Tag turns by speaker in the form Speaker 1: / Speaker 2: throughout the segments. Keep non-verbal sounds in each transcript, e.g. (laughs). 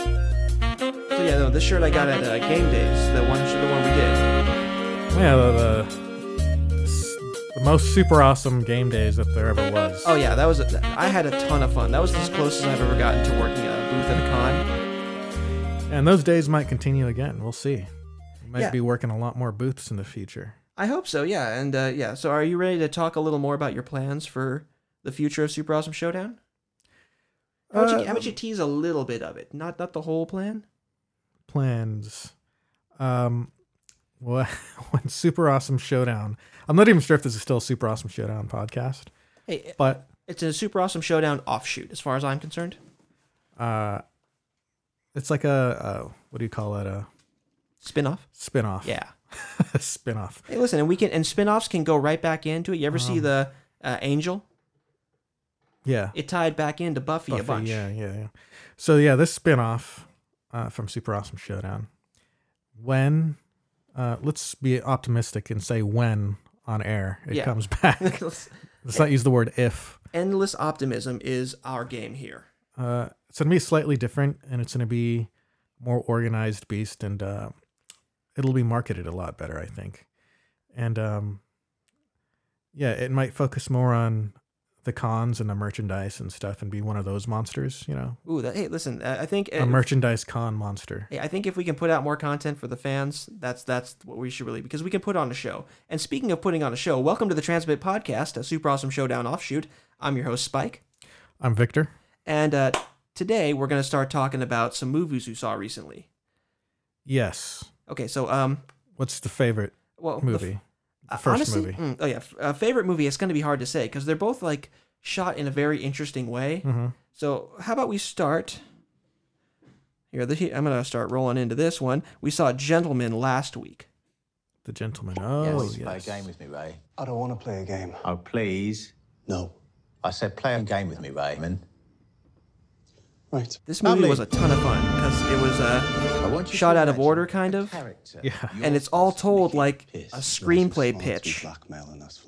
Speaker 1: So yeah, no, this shirt I got at uh, game days. The one, the one we did.
Speaker 2: Yeah, the, the, s- the most super awesome game days that there ever was.
Speaker 1: Oh yeah, that was. A, I had a ton of fun. That was as close as I've ever gotten to working at a booth at a con.
Speaker 2: And those days might continue again. We'll see. We might
Speaker 1: Yeah.
Speaker 2: be working a lot more booths in the future.
Speaker 1: I hope so. Yeah, and uh, yeah. So are you ready to talk a little more about your plans for the future of Super Awesome Showdown? How about,
Speaker 2: Uh,
Speaker 1: you, how about you tease a little bit of it? Not not the whole plan.
Speaker 2: plans. Um, what (laughs) one super awesome showdown? I'm not even sure if this is still a super awesome showdown podcast,
Speaker 1: Hey,
Speaker 2: but
Speaker 1: it's a Super Awesome Showdown offshoot, as far as I'm concerned.
Speaker 2: uh, it's like a, a what do you call it? A
Speaker 1: Spin off.
Speaker 2: spinoff.
Speaker 1: Yeah.
Speaker 2: (laughs) a spinoff.
Speaker 1: Hey, listen, and we can and spin-offs can go right back into it. You ever see the uh, Angel?
Speaker 2: Yeah.
Speaker 1: It tied back into Buffy, a
Speaker 2: Buffy,
Speaker 1: bunch.
Speaker 2: Yeah, yeah, yeah. So yeah, this spinoff uh, from Super Awesome Showdown. When, uh, let's be optimistic and say when on air it
Speaker 1: Yeah.
Speaker 2: comes (laughs) back.
Speaker 1: (laughs)
Speaker 2: let's not use the word if.
Speaker 1: Endless optimism is our game here.
Speaker 2: Uh, it's gonna be slightly different, and it's gonna be more organized beast, and uh, it'll be marketed a lot better, I think. And um, yeah, it might focus more on the cons and the merchandise and stuff, and be one of those monsters, you know,
Speaker 1: Ooh, that, hey, listen, uh, I think
Speaker 2: a
Speaker 1: uh,
Speaker 2: merchandise con monster.
Speaker 1: hey, I think if we can put out more content for the fans, that's that's what we should really because we can put on a show. And speaking of putting on a show, welcome to the Transmit Podcast, a super awesome showdown offshoot. I'm your host Spike,
Speaker 2: I'm Victor.
Speaker 1: and uh, today we're gonna start talking about some movies we saw recently.
Speaker 2: Yes.
Speaker 1: Okay, so um,
Speaker 2: What's the favorite
Speaker 1: well, Oh, the
Speaker 2: movie? The
Speaker 1: Uh,
Speaker 2: first movie.
Speaker 1: mm, oh yeah, f- uh, favorite movie. It's going to be hard to say because they're both like shot in a very interesting way.
Speaker 2: hmm
Speaker 1: So how about we start? Here, the, I'm going to start rolling into this one. We saw Gentlemen last week.
Speaker 2: The Gentleman. Oh,
Speaker 3: Please play a
Speaker 2: yes.
Speaker 3: game with me, Ray.
Speaker 4: I don't want to play a game.
Speaker 3: Oh, please.
Speaker 4: No.
Speaker 3: I said play a game with me, Raymond.
Speaker 4: Right.
Speaker 1: This movie
Speaker 3: Lovely.
Speaker 1: was a ton of fun because it was uh,
Speaker 3: I want you to
Speaker 1: Shot out of
Speaker 3: imagine
Speaker 1: order,
Speaker 3: a
Speaker 1: kind of.
Speaker 3: character.
Speaker 2: Yeah.
Speaker 1: and it's all told like
Speaker 3: piss.
Speaker 1: a screenplay pitch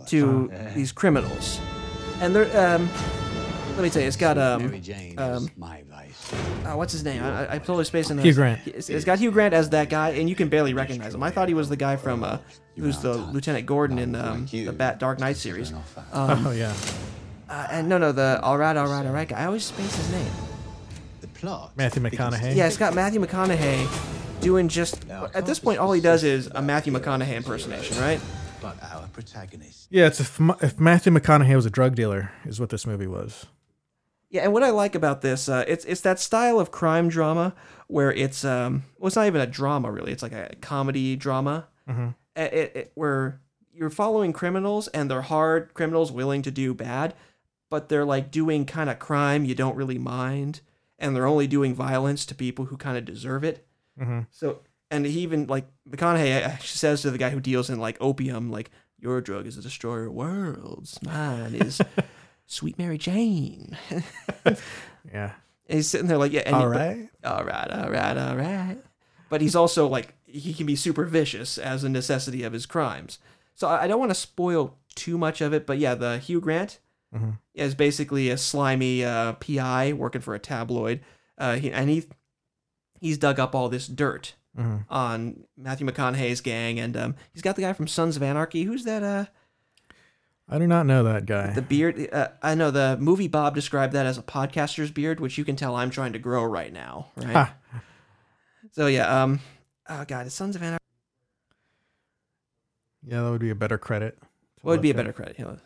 Speaker 1: to these criminals, and they're um. Let me tell you, it's got um, um
Speaker 4: my vice.
Speaker 1: Uh, what's his name? I, I- I'm totally spacing.
Speaker 2: Hugh
Speaker 1: those.
Speaker 2: Grant.
Speaker 1: It's- it's got Hugh Grant as that guy, and you can barely recognize him. I thought he was the guy from uh, who's the Lieutenant Gordon in um, the Bat Dark Knight series. Uh,
Speaker 2: Oh, yeah.
Speaker 1: uh, and no, no, the all right, all right, all right guy. I always space his name.
Speaker 3: The plot.
Speaker 2: Matthew
Speaker 3: begins
Speaker 2: McConaughey.
Speaker 1: Yeah, it's got Matthew McConaughey doing just. At this point, all he does is a Matthew McConaughey impersonation, right?
Speaker 3: But our protagonist.
Speaker 2: Yeah, it's if, Ma- if Matthew McConaughey was a drug dealer, is what this movie was.
Speaker 1: Yeah, and what I like about this, uh, it's it's that style of crime drama where it's um, well, it's not even a drama really. It's like a comedy drama, mm-hmm. it, it, where you're following criminals and they're hard criminals willing to do bad, but they're like doing kind of crime you don't really mind, and they're only doing violence to people who kind of deserve it.
Speaker 2: Mhm.
Speaker 1: So, and he even like McConaughey uh, actually says to the guy who deals in like opium, like your drug is a destroyer of worlds, mine is. Sweet Mary Jane.
Speaker 2: Yeah.
Speaker 1: And he's sitting there like, yeah, and
Speaker 2: All
Speaker 1: he-
Speaker 2: right.
Speaker 1: all right, all right, all right. But he's also like, he can be super vicious as a necessity of his crimes. So I, I don't want to spoil too much of it, but yeah, the Hugh Grant
Speaker 2: Mhm.
Speaker 1: is basically a slimy uh, PI working for a tabloid, uh, he, and he he's dug up all this dirt
Speaker 2: hmm
Speaker 1: on Matthew McConaughey's gang, and um, he's got the guy from Sons of Anarchy. Who's that? Uh,
Speaker 2: I do not know that guy.
Speaker 1: the beard. Uh, I know the movie Bob described that as a podcaster's beard, which you can tell I'm trying to grow right now. Right.
Speaker 2: Ha.
Speaker 1: So yeah. Um. Oh God, it's Sons of Anarchy.
Speaker 2: Yeah, that would be a better credit. to
Speaker 1: What would be a
Speaker 2: look
Speaker 1: better credit? Here, let's-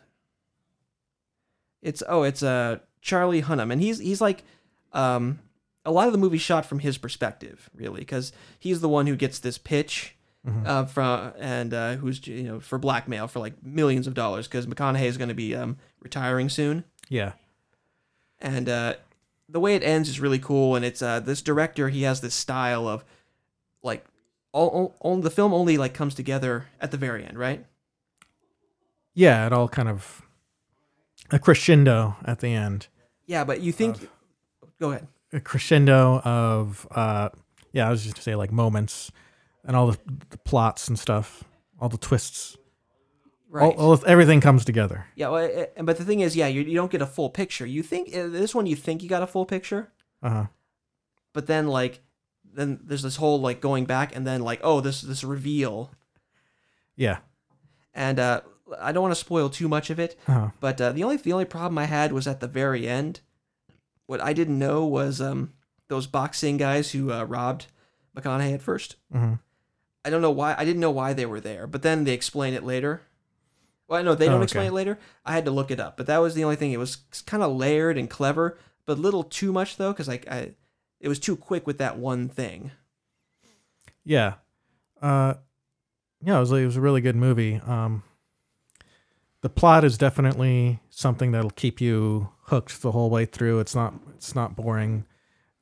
Speaker 1: It's oh, it's uh Charlie Hunnam, and he's he's like, um, a lot of the movie shot from his perspective, really, because he's the one who gets this pitch. Uh, from and uh, who's you know for blackmail for like millions of dollars because McConaughey is going to be um, retiring soon.
Speaker 2: at. Yeah.
Speaker 1: and uh, the way it ends is really cool. And it's uh, this director; he has this style of like all, all, all the film only like comes together at the very end, right?
Speaker 2: Yeah, it all kind of a crescendo at the end.
Speaker 1: Yeah, but you think, go ahead.
Speaker 2: A crescendo of uh yeah, I was just gonna say like moments and all the, the plots and stuff, all the twists.
Speaker 1: Right.
Speaker 2: All, all everything comes together.
Speaker 1: yeah, well, it- it- but the thing is, yeah, you, you don't get a full picture. You think uh, this one, you think you got a full picture,
Speaker 2: Uh-huh.
Speaker 1: but then like then there's this whole like going back and then like oh this this reveal
Speaker 2: Yeah.
Speaker 1: and uh, I don't want to spoil too much of it,
Speaker 2: Uh-huh.
Speaker 1: but uh, the only the only problem I had was at the very end. What I didn't know was um, those boxing guys who uh, robbed McConaughey at 1st
Speaker 2: Mhm.
Speaker 1: I don't know why I didn't know why they were there, but then they explain it later. Well, no, they don't
Speaker 2: Oh,
Speaker 1: explain
Speaker 2: okay.
Speaker 1: it later. I had to look it up, but that was the only thing. It was kind of layered and clever, but a little too much though, because like I, it was too quick with that one thing.
Speaker 2: Yeah. Uh, yeah, it was, it was a really good movie. Um, the plot is definitely something that'll keep you hooked the whole way through. It's not it's not boring.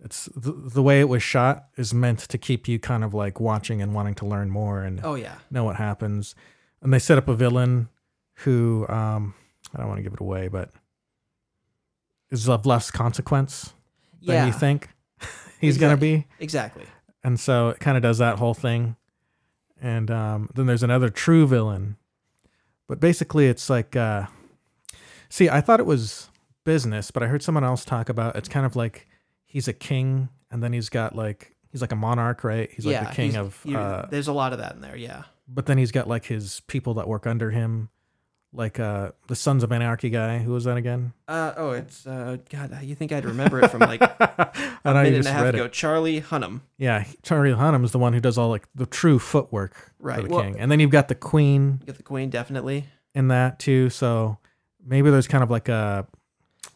Speaker 2: It's the, the way it was shot is meant to keep you kind of like watching and wanting to learn more and
Speaker 1: Oh yeah,
Speaker 2: know what happens. And they set up a villain who um, I don't want to give it away, but is of less consequence
Speaker 1: yeah,
Speaker 2: than you think he's gonna
Speaker 1: Exactly.
Speaker 2: be
Speaker 1: exactly.
Speaker 2: and so it kind of does that whole thing and um, then there's another true villain but basically it's like uh, see i thought it was business but i heard someone else talk about it's kind of like he's a king and then he's got like he's like a monarch right he's like
Speaker 1: yeah,
Speaker 2: the king
Speaker 1: he's-
Speaker 2: of
Speaker 1: you-
Speaker 2: uh,
Speaker 1: there's a lot of that in there. Yeah.
Speaker 2: but then he's got like his people that work under him like uh, the sons of anarchy guy who was that again
Speaker 1: Uh, oh, it's uh, God. You think I'd remember it from like a
Speaker 2: I know you
Speaker 1: minute and
Speaker 2: just
Speaker 1: a half
Speaker 2: read
Speaker 1: ago?
Speaker 2: it.
Speaker 1: Charlie Hunnam.
Speaker 2: Yeah, Charlie Hunnam is the one who does all like the true footwork for
Speaker 1: Right,
Speaker 2: the
Speaker 1: well-
Speaker 2: king, and then you've got the queen
Speaker 1: You Get the queen, definitely.
Speaker 2: in that too. So maybe there's kind of like a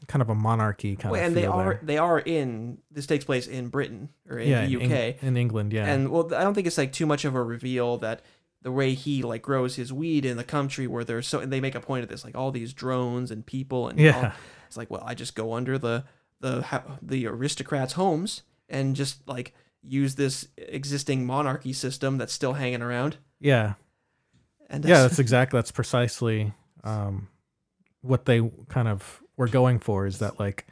Speaker 2: kind of a monarchy kind
Speaker 1: Wait,
Speaker 2: of
Speaker 1: and they
Speaker 2: feel
Speaker 1: are
Speaker 2: there.
Speaker 1: they are in. This takes place in Britain or in
Speaker 2: yeah
Speaker 1: the UK.
Speaker 2: in Eng- in England. Yeah,
Speaker 1: And well, I don't think it's like too much of a reveal that the way he like grows his weed in the country where there's so and they make a point of this like all these drones and people and all-
Speaker 2: Yeah.
Speaker 1: it's like well I just go under the the ho- the aristocrats' homes and just like use this existing monarchy system that's still hanging around
Speaker 2: yeah,
Speaker 1: and
Speaker 2: yeah. That's exactly that's precisely um, what they kind of were going for. Is that like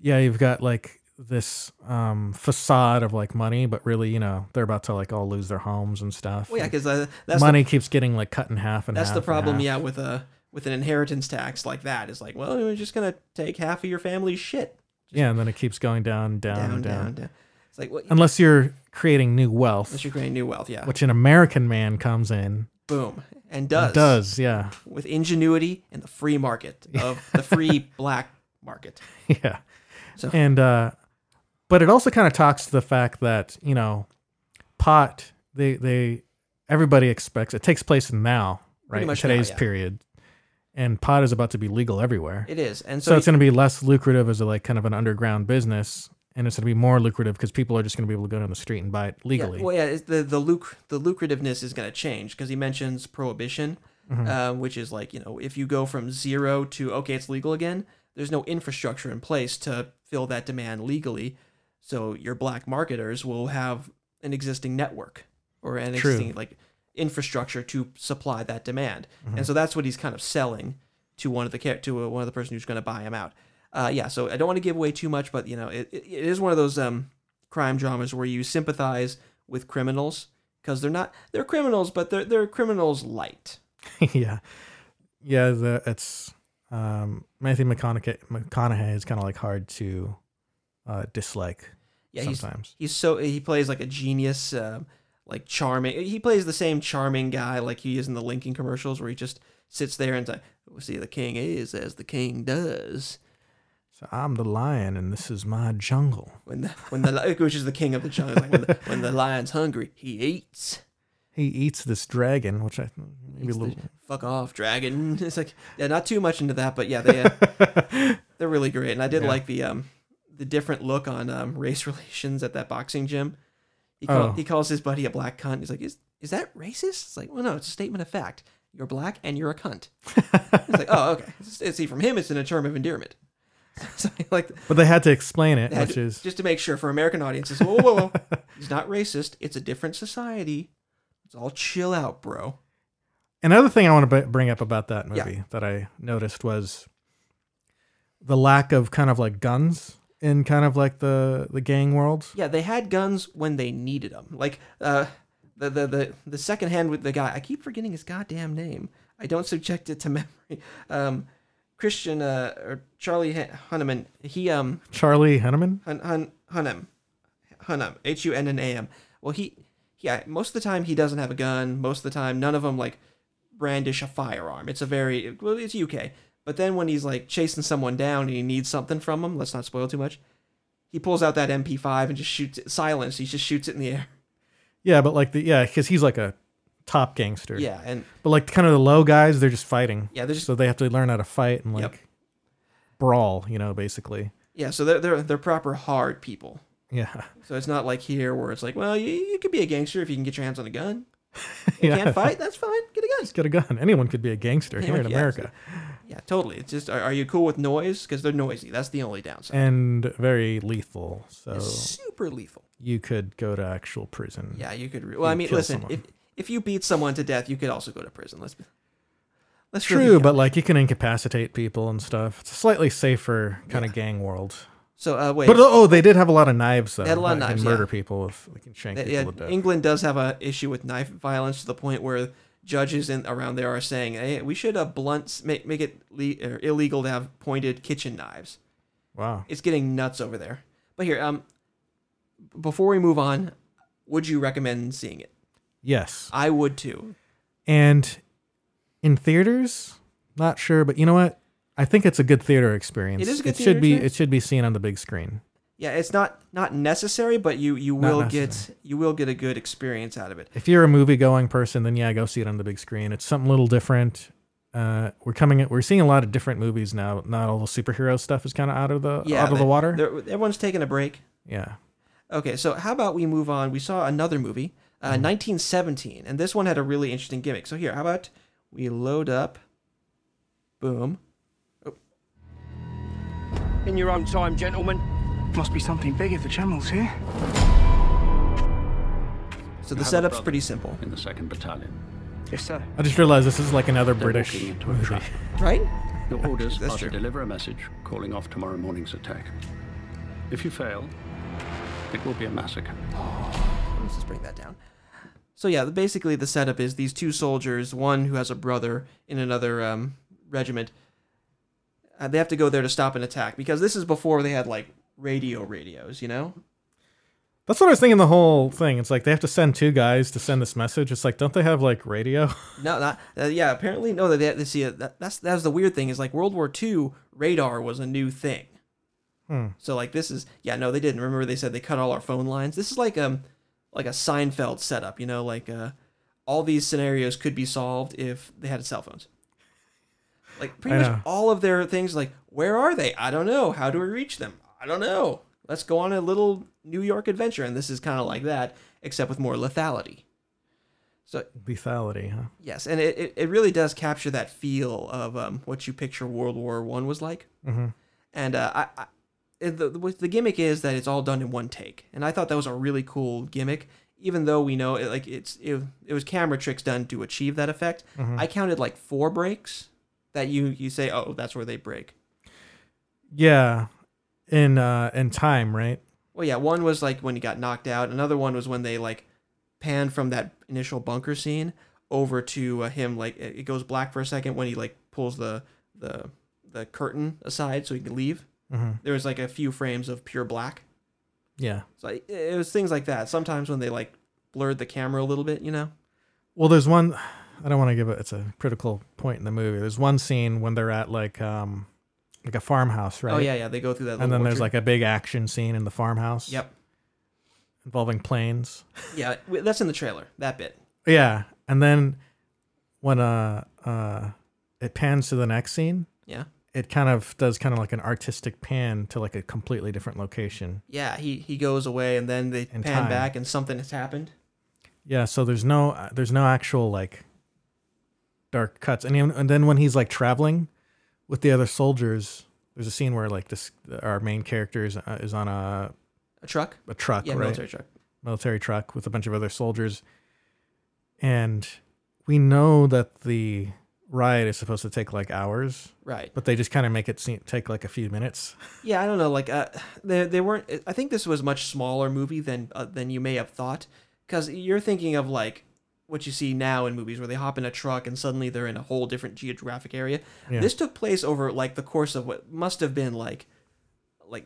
Speaker 2: yeah, you've got like this um, facade of like money, but really you know they're about to like all lose their homes and stuff.
Speaker 1: (laughs) well, yeah
Speaker 2: and
Speaker 1: because that's the
Speaker 2: money keeps getting like cut in half and
Speaker 1: That's the
Speaker 2: half and
Speaker 1: problem,
Speaker 2: half.
Speaker 1: yeah, with a with an inheritance tax like that. It's like, well, we're just gonna take half of your family's shit
Speaker 2: Yeah, and then it keeps going down, down,
Speaker 1: down,
Speaker 2: down. Um,
Speaker 1: down, down. It's like, well,
Speaker 2: Unless you're creating new
Speaker 1: unless
Speaker 2: wealth,
Speaker 1: you're creating new wealth, yeah,
Speaker 2: which an American man comes in.
Speaker 1: boom, and
Speaker 2: and
Speaker 1: does
Speaker 2: Does, yeah. (laughs)
Speaker 1: with ingenuity and the free market of the free black market.
Speaker 2: Yeah.
Speaker 1: So-
Speaker 2: And uh but it also kind of talks to the fact that, you know, pot they they everybody expects it takes place in now, right?
Speaker 1: Pretty
Speaker 2: in
Speaker 1: much now,
Speaker 2: today's
Speaker 1: yeah.
Speaker 2: period. And pot is about to be legal everywhere.
Speaker 1: It is, and
Speaker 2: so,
Speaker 1: so,
Speaker 2: it's going to be less lucrative as a like kind of an underground business and it's going to be more lucrative because people are just going to be able to go down the street and buy it
Speaker 1: yeah,
Speaker 2: legally.
Speaker 1: well, yeah, it's the the luc- the lucrativeness is gonna change because he mentions prohibition, um, which is like you know if you go from zero to okay, it's legal again. There's no infrastructure in place to fill that demand legally. So your black marketers will have an existing network or an
Speaker 2: True.
Speaker 1: existing like infrastructure to supply that demand,
Speaker 2: Mm-hmm.
Speaker 1: and so that's what he's kind of selling to one of the char- to uh one of the person who's going to buy him out. Uh, yeah, so I don't want to give away too much, but you know, it, it, it is one of those um, crime dramas where you sympathize with criminals because they're not they're criminals, but they're they're criminals light.
Speaker 2: (laughs) yeah, yeah. The it's um, Matthew McConaughey. McConaughey is kind of like hard to uh, dislike
Speaker 1: Yeah, he's
Speaker 2: sometimes.
Speaker 1: he's so he plays like a genius um, like charming he plays the same charming guy like he is in the lincoln commercials where he just sits there and like see the king is as the king does
Speaker 2: So I'm the lion, and this is my jungle.
Speaker 1: when the when the li- (laughs) which is the king of the jungle like when, the, when the lion's hungry he eats
Speaker 2: He eats this dragon, which I th- maybe
Speaker 1: He's
Speaker 2: a
Speaker 1: the
Speaker 2: little.
Speaker 1: fuck off dragon (laughs) it's like yeah not too much into that but yeah they uh,
Speaker 2: (laughs)
Speaker 1: they're really great and i did
Speaker 2: Yeah.
Speaker 1: like the um the different look on um, race (laughs) relations at that boxing gym He, call,
Speaker 2: Oh.
Speaker 1: he calls his buddy a black cunt. He's like, is, is that racist? It's like, well, no, it's a statement of fact. You're black and you're a cunt.
Speaker 2: (laughs)
Speaker 1: it's like, oh, okay. It's, it's from him. It's in a term of endearment. (laughs) so like,
Speaker 2: But they had to explain it,
Speaker 1: they had
Speaker 2: which
Speaker 1: to-
Speaker 2: is
Speaker 1: just to make sure for American audiences. Whoa, whoa,
Speaker 2: (laughs)
Speaker 1: whoa! He's not racist. It's a different society. It's all chill out, bro.
Speaker 2: another thing I want to b- bring up about that
Speaker 1: Yeah.
Speaker 2: movie that I noticed was the lack of kind of like guns in kind of like the the gang world.
Speaker 1: Yeah, they had guns when they needed them. Like uh, the the the the second hand with the guy. I keep forgetting his goddamn name. I don't subject it to (laughs) memory. Um, Christian uh, or Charlie Hun- Hunneman. He um
Speaker 2: Charlie Henneman.
Speaker 1: Hun Hun Hunnam. Hunnam, H U N N A M. Well, he, yeah, most of the time he doesn't have a gun. Most of the time, none of them like brandish a firearm. It's a very well, it's UK. But then when he's like chasing someone down and he needs something from him, let's not spoil too much. He pulls out that MP5 and just shoots it. Silence. He just shoots it in the air.
Speaker 2: Yeah, but like the yeah, because he's like a top gangster.
Speaker 1: Yeah, and
Speaker 2: But like kind of the low guys, they're just fighting.
Speaker 1: Yeah, they're just-
Speaker 2: so they have to learn how to fight and like
Speaker 1: Yep.
Speaker 2: brawl. You know, basically. (laughs)
Speaker 1: yeah, so they're they're they're proper hard people.
Speaker 2: Yeah.
Speaker 1: So it's not like here where it's like, well, you, you could be a gangster if you can get your hands on a gun. You
Speaker 2: yeah.
Speaker 1: can't
Speaker 2: (laughs)
Speaker 1: fight? That's fine. Get a gun.
Speaker 2: Just get a gun. Anyone could be a gangster here in
Speaker 1: Yeah,
Speaker 2: America.
Speaker 1: Yeah, totally. It's just, are, are you cool with noise? Because they're noisy. That's the only downside.
Speaker 2: And very lethal. So
Speaker 1: It's super lethal.
Speaker 2: you could go to actual prison.
Speaker 1: Yeah, you could. Re- well, I mean,
Speaker 2: kill
Speaker 1: listen,
Speaker 2: someone.
Speaker 1: if if you beat someone to death, you could also go to prison. Let's be. Let's really
Speaker 2: True,
Speaker 1: be
Speaker 2: but
Speaker 1: honest.
Speaker 2: like you can incapacitate people and stuff. It's a slightly safer kind of gang world.
Speaker 1: so uh, wait.
Speaker 2: But oh, they did have a lot of knives though.
Speaker 1: had a lot of
Speaker 2: that
Speaker 1: knives,
Speaker 2: Can
Speaker 1: yeah.
Speaker 2: murder people if they can shank
Speaker 1: Uh,
Speaker 2: people
Speaker 1: yeah,
Speaker 2: to death.
Speaker 1: England does have a issue with knife violence to the point where judges in around there are saying, "Hey, we should uh, blunt make make it le- or illegal to have pointed kitchen knives."
Speaker 2: wow.
Speaker 1: It's getting nuts over there. But here, um, before we move on, would you recommend seeing it?
Speaker 2: Yes.
Speaker 1: I would too.
Speaker 2: And in theaters, not sure, but you know what? I think it's a good theater experience.
Speaker 1: It is a good
Speaker 2: it should
Speaker 1: theater
Speaker 2: be
Speaker 1: experience.
Speaker 2: it should be seen on the big screen.
Speaker 1: Yeah, it's not not necessary, but you you
Speaker 2: Not
Speaker 1: will get you will get a good experience out of it.
Speaker 2: If you're a movie going person, then yeah, go see it on the big screen. It's something a little different. Uh, we're coming we're seeing a lot of different movies now. Not all the superhero stuff is kind of out of the
Speaker 1: Yeah,
Speaker 2: out of
Speaker 1: they-
Speaker 2: the water.
Speaker 1: they're- Everyone's taking a break.
Speaker 2: Yeah.
Speaker 1: Okay, so how about we move on? We saw another movie, uh,
Speaker 2: Mm-hmm.
Speaker 1: 1917, and this one had a really interesting gimmick. So here, how about we load up? Boom.
Speaker 5: Oh. In your own time, gentlemen.
Speaker 6: Must be something big if the channel's here.
Speaker 1: So the setup's pretty simple,
Speaker 7: in the second battalion.
Speaker 6: Yes, sir.
Speaker 2: I just realized this is like another
Speaker 7: They're
Speaker 2: British
Speaker 7: walking into a
Speaker 2: movie.
Speaker 7: trap.
Speaker 1: right? (laughs)
Speaker 7: Your orders
Speaker 1: That's
Speaker 7: are
Speaker 1: true.
Speaker 7: to deliver a message calling off tomorrow morning's attack. If you fail, it will be a massacre.
Speaker 1: Let's just bring that down. So yeah, the- basically the setup is these two soldiers, one who has a brother in another um, regiment. Uh, they have to go there to stop an attack because this is before they had like radio radios, you know?
Speaker 2: That's what I was thinking the whole thing. It's like they have to send two guys to send this message. It's like don't they have like radio? (laughs)
Speaker 1: No, not uh, yeah. Apparently, no. They, they, they see it. That, that's that was the weird thing is like World War II radar was a new thing.
Speaker 2: Hmm.
Speaker 1: So like this is yeah no they didn't remember they said they cut all our phone lines. This is like um like a Seinfeld setup you know like uh all these scenarios could be solved if they had cell phones. Like pretty
Speaker 2: I
Speaker 1: much
Speaker 2: know.
Speaker 1: all of their things like where are they? I don't know. How do we reach them? I don't know. Let's go on a little New York adventure and this is kind of like that except with more lethality. So
Speaker 2: Lethality, huh?
Speaker 1: Yes, and it, it, it really does capture that feel of um, what you picture World War One was like. Mm-hmm. And uh, I, I it- the, the the gimmick is that it's all done in one take, and I thought that was a really cool gimmick. Even though we know it, like it's it, it was camera tricks done to achieve that effect, I counted like four breaks that you you say, oh, that's where they break.
Speaker 2: Yeah. In uh in time, right?
Speaker 1: Well, yeah, one was like when he got knocked out. Another one was when they like pan from that initial bunker scene over to uh, him. Like it it goes black for a second when he like pulls the the the curtain aside so he can leave.
Speaker 2: Mm-hmm.
Speaker 1: There was like a few frames of pure black.
Speaker 2: Yeah.
Speaker 1: So I- it was things like that. Sometimes when they like blurred the camera a little bit, you know.
Speaker 2: Well, there's one. I don't want to give it. It's a critical point in the movie. There's one scene when they're at like um like a farmhouse, right?
Speaker 1: Oh yeah, yeah. They go through that.
Speaker 2: And
Speaker 1: little
Speaker 2: then there's
Speaker 1: orchard.
Speaker 2: like a big action scene in the farmhouse.
Speaker 1: Yep.
Speaker 2: Involving planes.
Speaker 1: Yeah, w- that's in the trailer. That bit.
Speaker 2: Yeah. And then when uh uh it pans to the next scene,
Speaker 1: Yeah.
Speaker 2: it kind of does kind of like an artistic pan to like a completely different location.
Speaker 1: Yeah. He he goes away and then they
Speaker 2: In
Speaker 1: pan
Speaker 2: time.
Speaker 1: back and something has happened.
Speaker 2: Yeah, so there's no uh, there's no actual like dark cuts, and even, and then when he's like traveling with the other soldiers, there's a scene where like this our main character is, uh, is on a,
Speaker 1: A truck.
Speaker 2: a truck,
Speaker 1: Yeah,
Speaker 2: right?
Speaker 1: military truck.
Speaker 2: military truck with a bunch of other soldiers, and we know that the riot is supposed to take like hours,
Speaker 1: Right.
Speaker 2: but they just kind of make it seem, take like a few minutes.
Speaker 1: Yeah, I don't know. Like, uh, they they weren't. I think this was a much smaller movie than uh, than you may have thought, because you're thinking of like what you see now in movies where they hop in a truck and suddenly they're in a whole different geographic area. This took place over like the course of what must have been like, like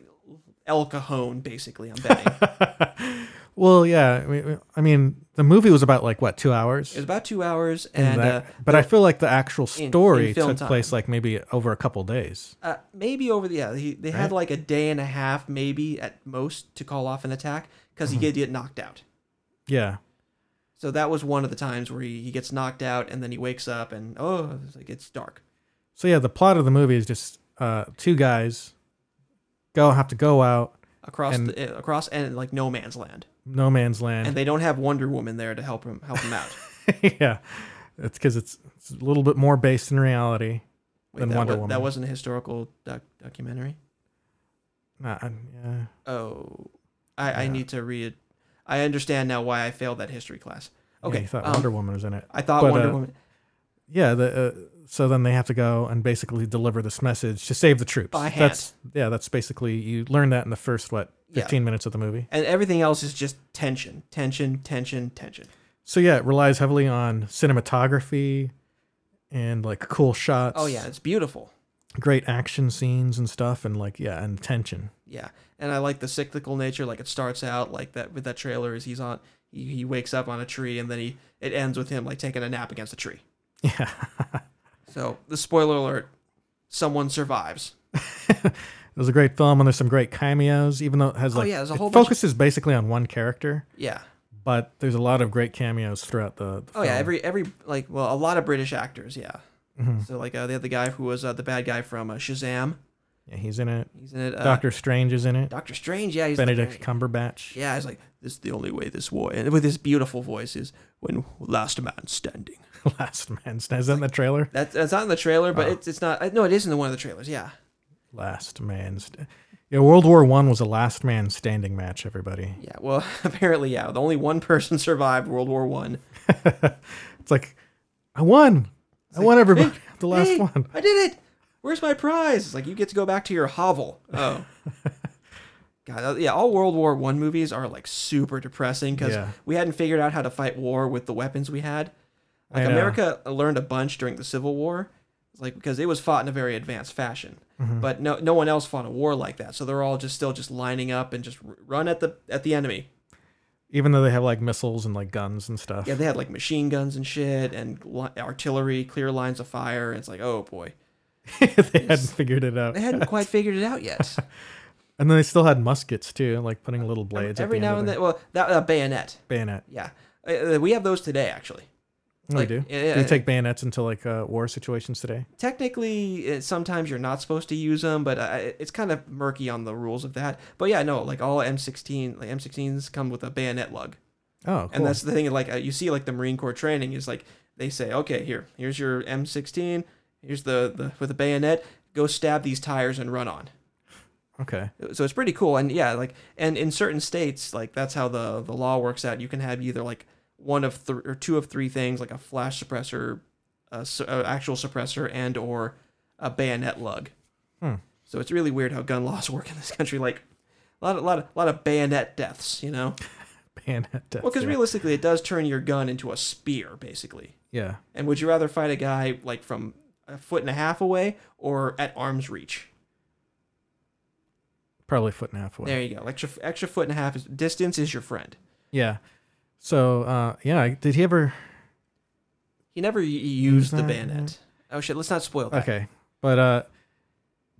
Speaker 1: El Cajon, basically. I'm betting
Speaker 2: Well, yeah. I mean, I mean, the movie was about like what two hours,
Speaker 1: it's about two hours, and uh,
Speaker 2: That- but I feel like the actual
Speaker 1: in
Speaker 2: story
Speaker 1: film
Speaker 2: took
Speaker 1: time.
Speaker 2: place like maybe over a couple days.
Speaker 1: uh, maybe over the yeah, he, they had like a day and a half, maybe at most, to call off an attack because he did get knocked out.
Speaker 2: Yeah,
Speaker 1: So that was one of the times where he, he gets knocked out and then he wakes up and oh, it's like it's dark.
Speaker 2: So yeah, the plot of the movie is just uh, two guys go have to go out
Speaker 1: across
Speaker 2: And-
Speaker 1: the, uh, across and like no man's land,
Speaker 2: no man's land.
Speaker 1: and they don't have Wonder Woman there to help him help him
Speaker 2: (laughs)
Speaker 1: out.
Speaker 2: yeah, it's because it's, it's a little bit more based in reality
Speaker 1: Wait,
Speaker 2: than
Speaker 1: that
Speaker 2: Wonder
Speaker 1: wa-
Speaker 2: Woman.
Speaker 1: That wasn't a historical doc- documentary.
Speaker 2: Nah, I- yeah.
Speaker 1: Oh, I, I need to read. I understand now why I failed that history class.
Speaker 2: Okay,
Speaker 1: Okay,
Speaker 2: you thought
Speaker 1: um,
Speaker 2: Wonder Woman was in it.
Speaker 1: I thought
Speaker 2: But,
Speaker 1: Wonder
Speaker 2: uh,
Speaker 1: Woman.
Speaker 2: Yeah, the, uh, so then they have to go and basically deliver this message to save the troops.
Speaker 1: By hand.
Speaker 2: That's yeah, that's basically you learn that in the first what
Speaker 1: Yeah.
Speaker 2: fifteen minutes of the movie.
Speaker 1: And everything else is just tension, tension, tension, tension.
Speaker 2: So yeah, it relies heavily on cinematography and like cool shots.
Speaker 1: Oh yeah, it's beautiful.
Speaker 2: great action scenes and stuff, and like yeah, and tension. (laughs)
Speaker 1: Yeah, and I like the cyclical nature. Like it starts out like that with that trailer is he's on. He, he wakes up on a tree and then he it ends with him like taking a nap against a tree.
Speaker 2: Yeah.
Speaker 1: So the spoiler alert: someone survives.
Speaker 2: It was a great film, and there's some great cameos, even though it has
Speaker 1: Oh,
Speaker 2: like
Speaker 1: yeah, there's a
Speaker 2: it
Speaker 1: whole bunch of-
Speaker 2: focuses basically on one character,
Speaker 1: Yeah.
Speaker 2: but there's a lot of great cameos throughout the. the
Speaker 1: Oh yeah.
Speaker 2: film.
Speaker 1: Every every like well, a lot of British actors. Yeah. So like uh, they had the guy who was uh, the bad guy from uh, Shazam.
Speaker 2: yeah, he's in it.
Speaker 1: He's in it. Uh,
Speaker 2: Doctor Strange is in it.
Speaker 1: Doctor Strange. Yeah. He's the-
Speaker 2: Benedict Cumberbatch.
Speaker 1: yeah. He's like this is the only way this war and with his beautiful voice is when last man standing.
Speaker 2: (laughs) Last Man Standing. Is that in the trailer?
Speaker 1: That's that's not in the trailer, but it's it's not. uh, No, it is in the one of the trailers. Yeah.
Speaker 2: Last Man. St- yeah, World War One was a Last Man Standing match. Everybody.
Speaker 1: Yeah. Well, (laughs) apparently, yeah. The only one person (laughs) survived World War One.
Speaker 2: It's like, I won. I won everybody. (laughs) the last
Speaker 1: Hey,
Speaker 2: one.
Speaker 1: I did it. Where's my prize? It's like you get to go back to your hovel.
Speaker 2: (laughs)
Speaker 1: Oh. God, uh, yeah, all World War One movies are like super depressing because
Speaker 2: Yeah.
Speaker 1: we hadn't figured out how to fight war with the weapons we had.
Speaker 2: I
Speaker 1: Like
Speaker 2: know.
Speaker 1: America learned a bunch during the Civil War, It's like because it was fought in a very advanced fashion.
Speaker 2: Mm-hmm.
Speaker 1: But no, no one else fought a war like that, so they're all just still just lining up and just r- run at the at the enemy.
Speaker 2: Even though they have like missiles and like guns and stuff.
Speaker 1: Yeah, they had like machine guns and shit and li- artillery, clear lines of fire. And it's like, oh boy,
Speaker 2: (laughs) they hadn't figured it out.
Speaker 1: they
Speaker 2: (laughs)
Speaker 1: hadn't quite figured it out yet.
Speaker 2: And then they still had muskets too, like putting little blades.
Speaker 1: every
Speaker 2: at the
Speaker 1: now
Speaker 2: end
Speaker 1: and
Speaker 2: of
Speaker 1: then. Well, that uh, bayonet.
Speaker 2: their bayonet.
Speaker 1: Yeah, Uh, uh, we have those today actually.
Speaker 2: We
Speaker 1: Like,
Speaker 2: do.
Speaker 1: yeah, yeah,
Speaker 2: do
Speaker 1: yeah.
Speaker 2: you take bayonets into like uh, war situations today?
Speaker 1: Technically, uh, sometimes you're not supposed to use them, but uh, it's kind of murky on the rules of that. But yeah, no, like all M16, like M16s come with a bayonet lug,
Speaker 2: Oh, cool.
Speaker 1: and that's the thing. Like uh, you see, like the Marine Corps training is like they say, okay, here, here's your M16, here's the the with a bayonet, go stab these tires and run on.
Speaker 2: okay. (laughs)
Speaker 1: so it's pretty cool and yeah like and in certain states like that's how the the law works out you can have either like one of three or two of three things like a flash suppressor a, su- a actual suppressor and or a bayonet lug so it's really weird how gun laws (laughs) work in this country like a lot of lot of lot of bayonet deaths you know
Speaker 2: Bayonet. Deaths,
Speaker 1: well because
Speaker 2: yeah.
Speaker 1: realistically it does turn your gun into a spear basically
Speaker 2: yeah,
Speaker 1: and would you rather fight a guy like from a foot and a half away or at arm's reach
Speaker 2: probably a foot and a half away.
Speaker 1: there you go extra extra foot and a half is distance is your friend
Speaker 2: Yeah. So uh, yeah, did he ever?
Speaker 1: He never u- used the
Speaker 2: that,
Speaker 1: bayonet. Oh shit! Let's not spoil that.
Speaker 2: Okay, but uh,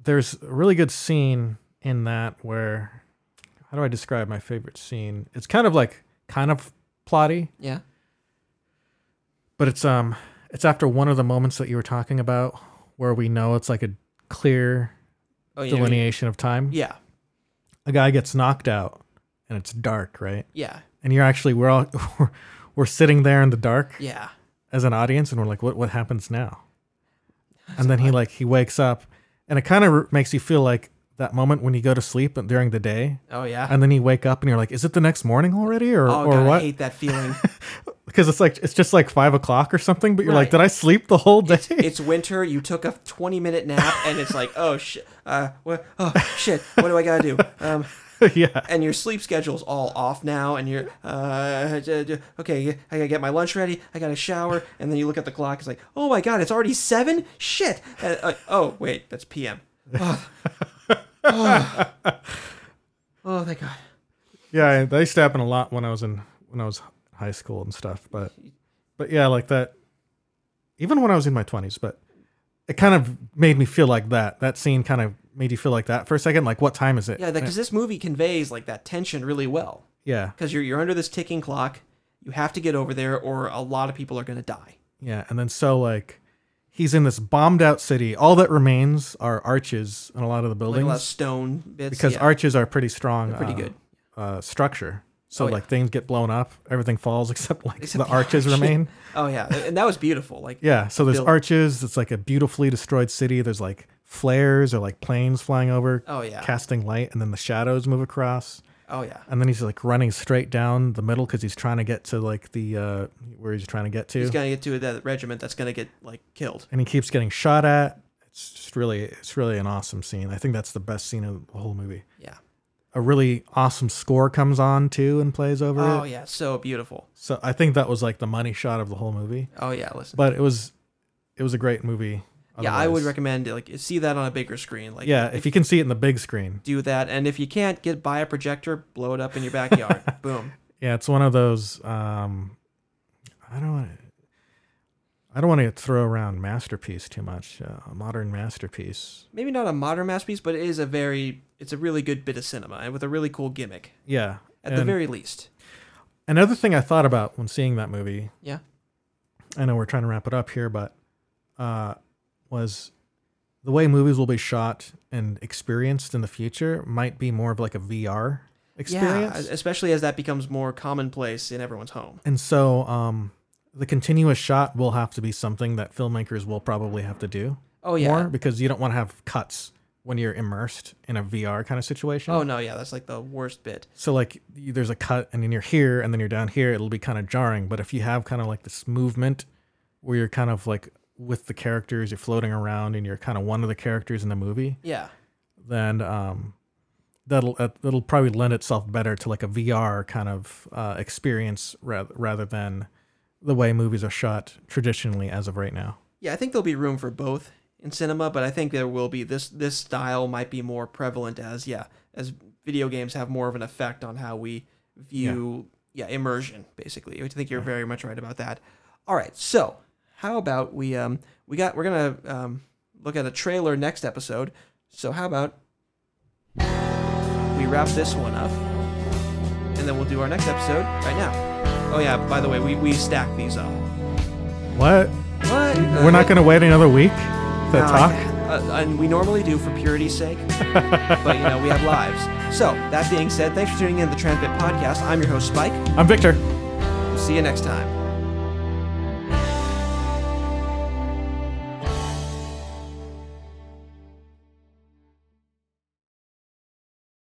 Speaker 2: there's a really good scene in that where, how do I describe my favorite scene? It's kind of like kind of plotty,
Speaker 1: Yeah.
Speaker 2: but it's um it's after one of the moments that you were talking about where we know it's like a clear
Speaker 1: Oh, you know,
Speaker 2: delineation of time.
Speaker 1: you- yeah.
Speaker 2: A guy gets knocked out and it's dark, right?
Speaker 1: Yeah.
Speaker 2: And you're actually we're all (laughs) we're, we're sitting there in the dark
Speaker 1: Yeah.
Speaker 2: as an audience and we're like what what happens now? And then he like he wakes up and it kind of makes you feel like that moment when you go to sleep during the day
Speaker 1: Oh yeah.
Speaker 2: and then you wake up and you're like is it the next morning already or
Speaker 1: oh
Speaker 2: or
Speaker 1: god, I
Speaker 2: what
Speaker 1: hate that feeling. (laughs)
Speaker 2: because it's like it's just like five o'clock or something but you're like
Speaker 1: Right.
Speaker 2: did i sleep the whole day
Speaker 1: it's winter. You took a twenty-minute nap, and it's like, oh shit. Uh, what? Oh shit. What do I gotta do? Um,
Speaker 2: (laughs) yeah
Speaker 1: and your sleep schedule's all off now, and you're uh, j- j- okay. I gotta get my lunch ready. I gotta shower, and then you look at the clock. It's like, oh my god, it's already seven. Shit. Uh, uh, oh wait, that's p.m. Oh, thank God.
Speaker 2: Yeah, that used to happen a lot when I was in when I was in high school and stuff. But but yeah, like that. Even when I was in my twenties, but it kind of made me feel like that. That scene kind of made you feel like that for a second. Like, what time is it?
Speaker 1: Yeah, because this movie conveys like that tension really well.
Speaker 2: yeah,
Speaker 1: Because you're you're under this ticking clock. You have to get over there, or a lot of people are going to die.
Speaker 2: yeah. And then so like, he's in this bombed out city. All that remains are arches and a lot of the
Speaker 1: Like a
Speaker 2: buildings
Speaker 1: lot of stone bits.
Speaker 2: because
Speaker 1: yeah.
Speaker 2: arches are pretty strong.
Speaker 1: pretty
Speaker 2: uh,
Speaker 1: good.
Speaker 2: uh, structure. So
Speaker 1: Oh, yeah.
Speaker 2: like things get blown up, everything falls (laughs) except like
Speaker 1: Except
Speaker 2: the
Speaker 1: (laughs)
Speaker 2: arches remain.
Speaker 1: Oh yeah, and that was beautiful. Like
Speaker 2: Yeah, so there's
Speaker 1: Built-
Speaker 2: arches. It's like a beautifully destroyed city. There's like flares or like planes flying over.
Speaker 1: Oh, yeah.
Speaker 2: casting light, and then the shadows move across.
Speaker 1: oh yeah,
Speaker 2: And then he's like running straight down the middle because he's trying to get to like the uh, where he's trying to get to,
Speaker 1: he's going to get to that regiment that's going to get like killed.
Speaker 2: and he keeps getting shot at. It's just really, it's really an awesome scene. I think that's the best scene of the whole movie.
Speaker 1: Yeah.
Speaker 2: A really awesome score comes on too and plays over
Speaker 1: Oh
Speaker 2: it.
Speaker 1: yeah, so beautiful.
Speaker 2: So I think that was like the money shot of the whole movie.
Speaker 1: Oh yeah, listen.
Speaker 2: But it was, it was a great movie.
Speaker 1: yeah, I would
Speaker 2: otherwise.
Speaker 1: recommend like see that on a bigger screen. Like
Speaker 2: Yeah, if you can see it in the big screen.
Speaker 1: do that, and if you can't get buy a projector, blow it up in your
Speaker 2: (laughs)
Speaker 1: backyard. Boom.
Speaker 2: Yeah, it's one of those. Um, I don't want. I don't want to throw around masterpiece too much. Uh, a modern masterpiece.
Speaker 1: Maybe not a modern masterpiece, but it is a very it's a really good bit of cinema and with a really cool gimmick
Speaker 2: Yeah.
Speaker 1: at the
Speaker 2: and
Speaker 1: very least.
Speaker 2: another thing I thought about when seeing that movie.
Speaker 1: Yeah.
Speaker 2: I know we're trying to wrap it up here, but uh, was the way movies will be shot and experienced in the future might be more of like a VR experience.
Speaker 1: Yeah, especially as that becomes more commonplace in everyone's home.
Speaker 2: And so um, the continuous shot will have to be something that filmmakers will probably have to do.
Speaker 1: Oh, yeah.
Speaker 2: more because you don't want to have cuts when you're immersed in a VR kind of situation.
Speaker 1: Oh no, yeah, that's like the worst bit.
Speaker 2: So like you- there's a cut and then you're here and then you're down here. It'll be kind of jarring. But if you have kind of like this movement where you're kind of like with the characters, you're floating around and you're kind of one of the characters in the movie,
Speaker 1: Yeah.
Speaker 2: then um, that'll that- that'll probably lend itself better to like a VR kind of uh, experience rather rather than the way movies are shot traditionally as of right now.
Speaker 1: Yeah, I think there'll be room for both in cinema, but I think there will be this this style might be more prevalent as yeah, as video games have more of an effect on how we view yeah, immersion basically. I think you're very much right about that. All right, so how about we um we got we're gonna um look at a trailer next episode. So how about we wrap this one up and then we'll do our next episode right now. Oh yeah, by the way, we, we stack these up.
Speaker 2: What?
Speaker 1: What?
Speaker 2: We're not going to wait another week to
Speaker 1: Uh,
Speaker 2: talk.
Speaker 1: uh, and we normally do for purity's sake, but you know, we have lives. So, that being said, thanks for tuning in to the Transmit Podcast. I'm your host, Spike.
Speaker 2: I'm Victor.
Speaker 1: We'll see you next time.